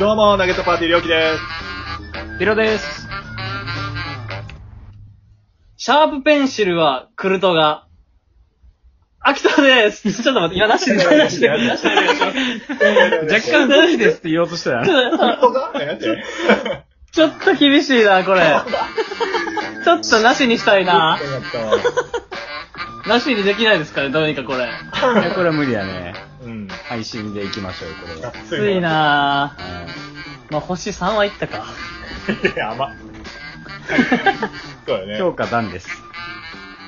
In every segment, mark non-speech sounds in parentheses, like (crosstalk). どうも、ナゲットパーティーりょうきです。ピロです。シャープペンシルはクルトが。秋田 (laughs) です。ちょっと待って、今なしで、なしで、なしで。 (laughs) 若干好きですって言おうとしたら。本当かなんてちょっと厳しいな、これ。ちょっとなしにしたいな。やったわなしにできないですかね、どうにかこれ。いや、これは無理やね。うん。配信で行きましょう、これは。熱つい。なはぁ。まあ、星3はいったか。いや、甘っ。そうだいね。評価段です。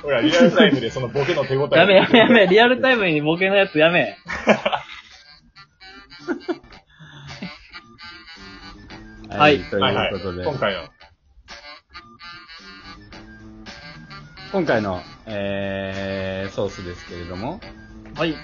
ほら、リアルタイムでそのボケの手応え。やめやめやめ、リアルタイムにボケのやつやめ。はいとはいはいい。うことで、今回の。今回の、えー、ソースですけれども、はい。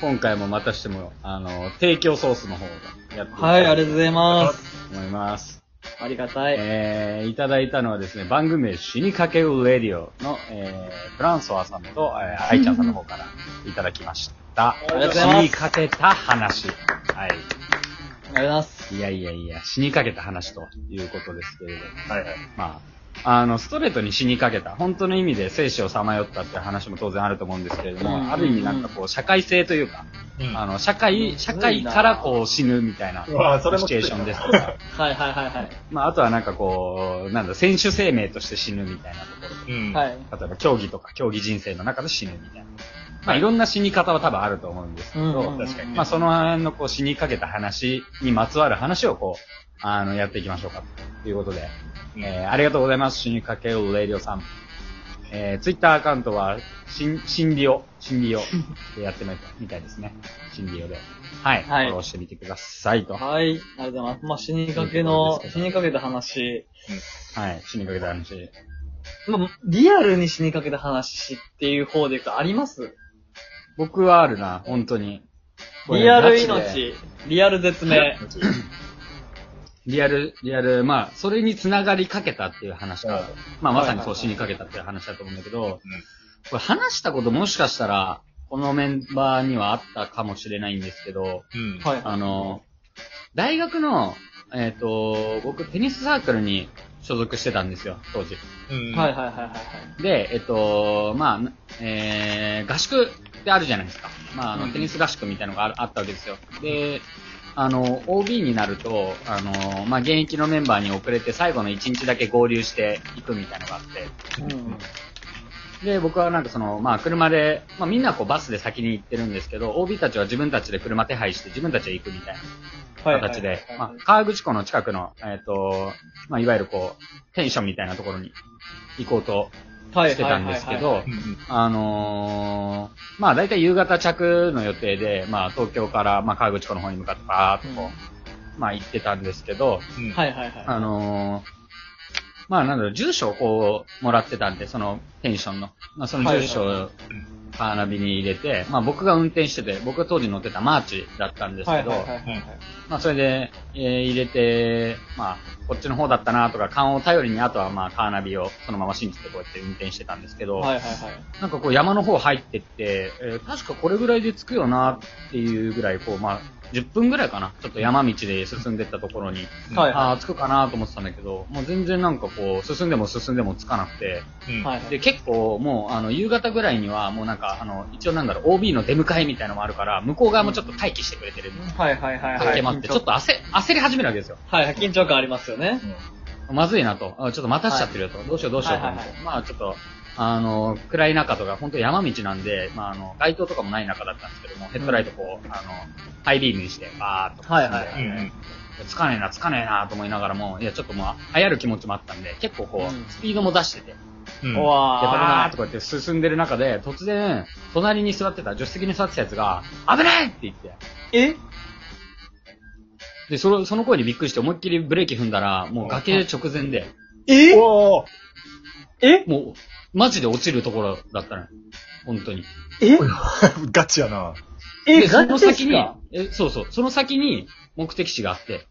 今回もまたしても、あの、提供ソースの方をやっていきはい、あたいりがとうございます。と思います。ありがたい。えー、いただいたのはですね、番組名死にかけるレディオの、えー、フランソワさんと、えー、アイちゃんさんの方からいただきました。りがとうございます死にかけた話。はい。ありがとうございます。いやいやいや、死にかけた話ということですけれども。はいはい。まあ、あの、ストレートに死にかけた、本当の意味で生死をさまよったって話も当然あると思うんですけれども、うんある意味なんかこう、社会性というか、うんあの、社会、社会からこう死ぬみたいなうわそれもシチュエーションですときついか、はいはいはいはい。まあ、あとはなんかこう、なんだ、選手生命として死ぬみたいなところとかうん。。はいい。例えば競技とか競技人生の中で死ぬみたいな。まあいろんな死に方は多分あると思うんですけど、うん確かにね。まあその辺のこう死にかけた話にまつわる話をこう、あの、やっていきましょうかということで、うんえーありがとうございます。死にかけるレイディオさん。えー、ツイッターアカウントは、しん、しんりお、しんりおでやってみたみたいですね。しんりおで。はい。はいフォローしてみてくださいと。ははい、ありがとうございます。まあ、死にかけの、死にかけた話。い。死にかけた話。まあ、リアルに死にかけた話っていう方で言うとあります僕はあるな、本当に。これリアルガチで命、リアル絶 (laughs) 命。リアル、リアル、まあ、それにつながりかけたっていう話なるがほど、まあ、まさにはいはいはそうい死にかけたっていう話だと思うんだけど、これ話したこともしかしたら、このメンバーにはあったかもしれないんですけど、うん。はい。あの、大学の、えっ、と、僕テニスサークルに所属してたんですよ、当時。うん。はいはいはいはいはい。で、えっ、と、まあな、えー合宿ってあるじゃないですか。まあ、あうの、んテニス合宿みたいなのがああったわけですよ。で、あの、OB になると、あの、まあ、現役のメンバーに遅れて最後の1日だけ合流していくみたいなのがあっうんうん。て。で、僕はなんかその、まあ、車で、まあ、みんなこうバスで先に行ってるんですけど、OB たちは自分たちで車手配して自分たちで行くみたいな。形で、まあ、川口湖の近くの、えっ、と、まあ、いわゆるこう、ペンションみたいなところに行こうとあしてたんですけどう、ん。あのーまあ、大体夕方着の予定で、まあ、東京から、まあ、川口湖の方に向かってバーっとこう、まあ、行ってたんですけど、うん。。はいいはいはい。あのーまあ、なんだろう、住所をこう、もらってたんで、その、ペンションの。まあ、その住所はいを、カーナビに入れて、まあ、僕が運転してて、僕が当時乗ってたマーチだったんですはけいど、はいはいはい。まあ、それで、えー入れて、まあ、こっちの方だったなとか、勘を頼りに、あとはまあ、カーナビをそのまま信じてこうやって運転してたんですけど、はいはいはい。なんかこう山の方入ってって、えー確かこれぐらいで着くよなっていうぐらい、こう、まあ、10分ぐらいかな。ちょっと山道で進んでったところに、はいああ、着くかなと思ってたんだけど、もう全然なんかこう、進んでも進んでも着かなくて、うん。はいで、結構もう、あの、夕方ぐらいには、もうなんか、あの、一応なんだろう、OB の出迎えみたいなのもあるから、向こう側もちょっと待機してくれてるみたいな。はいはいはいかはけい。まって、ちょっとは焦、焦り始めるわけですよ。いはい、緊張感ありますよね。まずいなと。あちょっと待たしちゃってるよと。どうしようどうしようと思って。はいはいまあちょっと、あの、暗い中とか、本当山道なんで、まああの、街灯とかもない中だったんですけども、ヘッドライトこう、あの、ハイビームにして、バーっと。はいはういん。うん。つかねえな、つかねえなと思いながらも、いや、ちょっともう、流行る気持ちもあったんで、結構こうんう、スピードも出してて、うん。うで、バーわっとこうやって進んでる中で、突然、隣に座ってた、助手席に座ってたやつが、危ないって言って、ー。えで、その、その声にびっくりして、思いっきりブレーキ踏んだら、もう崖直前で、えおーえもう、マジで落ちるところだったのよ。本当に。えガチやな。えそガチでのす先にか、え、そうそう、その先に目的地があって、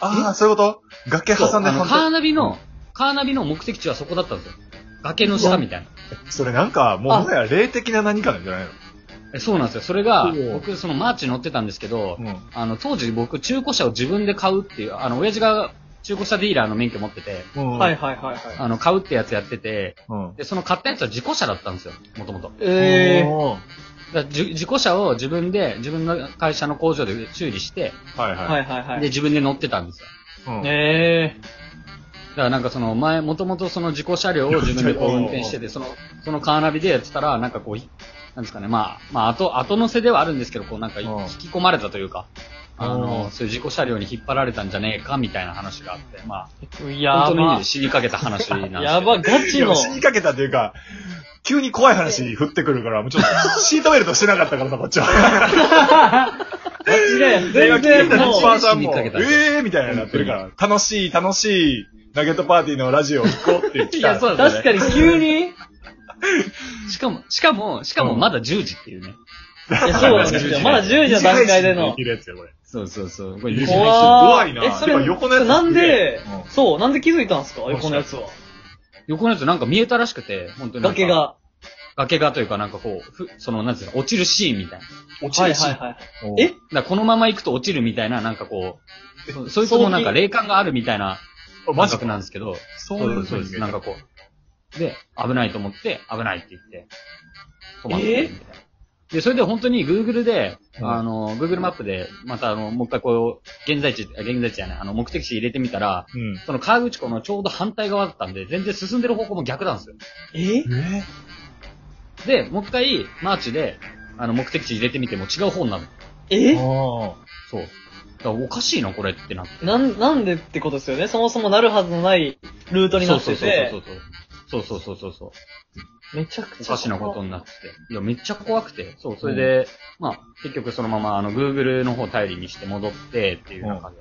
ああ、そういうこと崖そう挟あんでの、カー反ナビの、カーナビの目的地はそこだったんですよ。崖の下みたいな。対。それなんか、もうもはや霊的な何かなんじゃないのえそうなんですよ。それがおお、僕、そのマーチ乗ってたんですけど、うんあの、当時僕、中古車を自分で買うっていう、あの、親父が中古車ディーラーの免許持ってて、うんはいはいはいはい。あの、買うってやつやってて、うん。で、その買ったやつは自己車だったんですよ、もともと。だかえー。おーらじ自己車を自分で、自分の会社の工場で修理して、はいははいはいはで、い。自分で乗ってたんですよ。い。ねえだからなんかその前、もともとその自己車両を自分でこう運転して (laughs) て、その、そのカーナビでやってたら、なんかこう、いなんですかね、まあ、まあ、後、後乗せではあるんですけど、こうなんかいうん引き込まれたというか、あうんの、そういう自己車両に引っ張られたんじゃねえか、みたいな話があって、まー。あ、や本当の意味ばで。死にかけた話なんですけど。やば、ガチでのも。死 (laughs) にかけたというか、急に怖い話振ってくるから、もうちょっと、シートベルトしてなかったからさ、こっちは。ガチだよ。電話全聞い然てたもリうス。パーさんも、死えにかけたーみたいなのやってるから、楽しい、楽しい、ナゲットパーティーのラジオ聞こうって来いたや、。そうです確かね。に急に。いしかも、しかも、しかもまだ10時っていうね。や、そうなんですよ。まだ10時の段階でのい。けるやつよ、これ。そうそうそう。こ二次配信怖怖いなえ、それて、か横のやつなんでう、んそう、なんで気づいたんですか横のやつは。横のやつなんか見えたらしくて、本当になんか。崖。が。崖がというか、なんかこう、ふその、なんていうの、落ちるシーンみたいな。落ちはいるしはいはい。ええだからこのまま行くと落ちるみたいな、なんかこう、そそいつもなんか霊感があるみたいなマ感ジ覚なんか。ですけど、そうそういでうす、そ風うでにす見えなんたかこう。で、危ないと思って、危ないって言って、止まってえみたいな。で、それで本当に Google で、うんあの、Google マップで、またあの、もう一回こう、現在地、あ現在地じゃない、あの、目的地入れてみたら、うん。その川口湖のちょうど反対側だったんで、全然進んでる方向も逆なんですよ。ええで、もう一回、マーチで、あの、目的地入れてみても違う方になる。えあそう。だからおかしいな、これってなって。なん、なんでってことですよね。そもそもなるはずのないルートになってそうて。そうそうそうそうそうそうそうそう。めちゃくおちゃ。かしなことになってて。いや、めっちゃ怖くて。そう、それで、まあ、結局そのまま、あの、Google の方頼りにして戻ってっていう中で、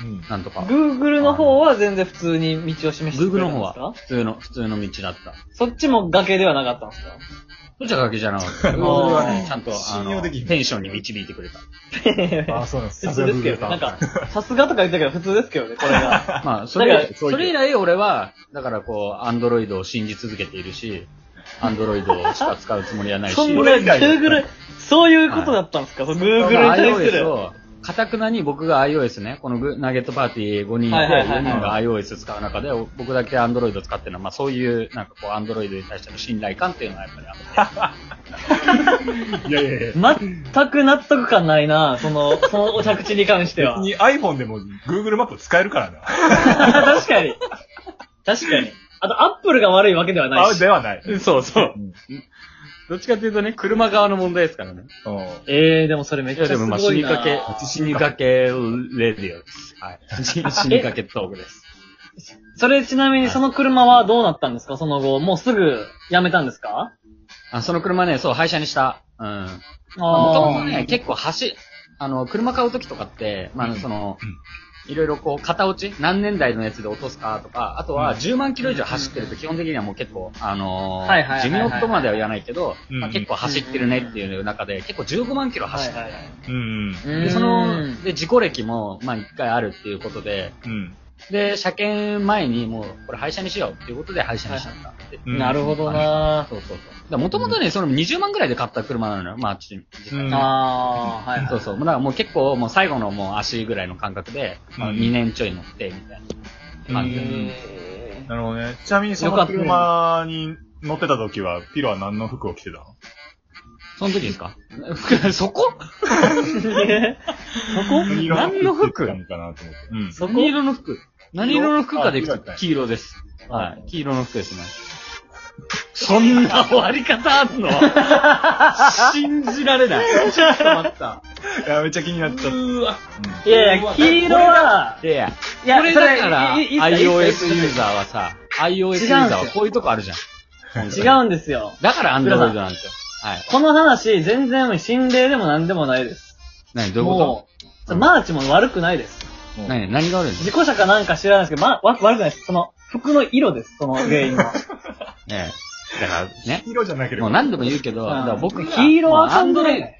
ーうん。なんとか。 Google の方は全然普通に道を示してく Google れたのんですか方は、普通の、普通の道だった。そっちも崖ではなかったんですかどちらかけじゃなかった。Google はね、ちゃんと、あ信用の、できひんテンションに導いてくれ (laughs) た。あ (laughs) あ、そうなんです。普通ですけどね。なんか、さすがとか言ったけど普通ですけどね、これが。まあ、それだか、らそれ以来俺は、だからこう、アンドロイドを信じ続けているし、アンドロイドしか使うつもりはないし、そんこなれ以外 Google、そういうことだったんですかその Google にまあ対す iOS る。を、かたくなに僕が iOS ね、このグナゲットパーティー5人ではいはいはいは4い人が iOS 使う中で、僕だけ Android 使ってるのは、まあそういう、なんかこう、Android に対しての信頼感っていうのはやっぱりあっていやいやいや。全く納得感ないな、そ (laughs) の、そのお着地に関して別は。に iPhone でも Google マップ使えるからな。確かに。確かに。あと、アップルが悪いわけではなあいしで。はない。そうそううん。どっちかというとね、車側の問題ですからね。うんえー、でもそれめっいちゃやすでごもいまな。あ死にかけ、死にかけレディオです。はい。死にかけトークです。それちなみにその車はどうなったんですかその後、もうすぐ辞めたんですかあ、その車ね、そう、廃車にした。うん。もともとあね、結構走、あの、車買うときとかって、まうあ、んその、いろいろこう、型落ち何年代のやつで落とすかとか、あとはうん10万キロ以上走ってると基本的にはもう結構、あのーはいはいはい寿はい命とまでは言わないけど、うんまあ、結構走ってるねっていう中で、結構15万キロあ。は走っいてる。はいはい。うん。で、そのうーん、で、事故歴も、まあ、一回あるっていうことで、うん。で、車検前にもう、これ廃車にしようっていうことで廃車にしちゃった。でうんなるほどなそうそうそう。もともとね、その20万ぐらいで買った車なのよ、まあ、ち実際うんあー、はいそはうそう。もうだからもう結構、もう最後のもう足ぐらいの感覚で、まうあ、ん2年ちょい乗って、みたいな感い。じで。うんえなるほどね。ちなみにそよかのったね車に乗ってた時は、ピロは何の服を着てたのその時ですかそこー何色何の着て服たのかなと思って。うん。そこ何色の服何色の服かでいくあ色とだった黄色です。あはい。黄色の服ですね。そんな終わり方あんの信じられない。ちょっと待った。いや、めっちゃ気になっちゃった。うわ。いやいや、黄色は、いやいいやや、これだからそれいいいいっすよ iOS ユーザーはさ、iOS ユーザーはこういうとこあるじゃん。違うんですよ。だから Android なんですよ。はい。この話、全然心霊でも何でもないです。何どういうこもう、マーチも悪くないです。と何何が悪いんですか自己者かなんか知らないですけど、ま、わ悪くないです。その、服の色です、その原因は。ええ。だからね黄。色じゃなけれもば。う何度も言うけど、うんだから僕が、黄色はアンド関係ロイなド、い。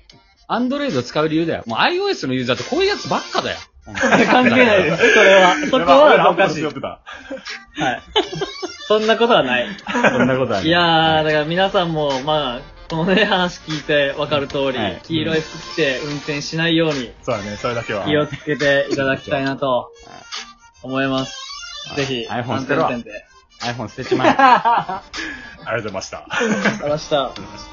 アンドロイド使う理由だよ。もう iOS のユーザーってこういうやつばっか (laughs) だよ。関係ないです、それは。そこはやばおかしい。俺らアンプル背負はってたい。そんなことはない。す。そんなことはないいやー、だから皆さんも、まあ、このね、話聞いてわかる通り、はい黄色い服着て運転しないようにそうだね、それだけは。気をつけていただきたいなと思います。はいぜひ、 iPhone 捨てろ (laughs) 満点で。 iPhone 捨てちまえ。ありがとうございました。ありがとうございました。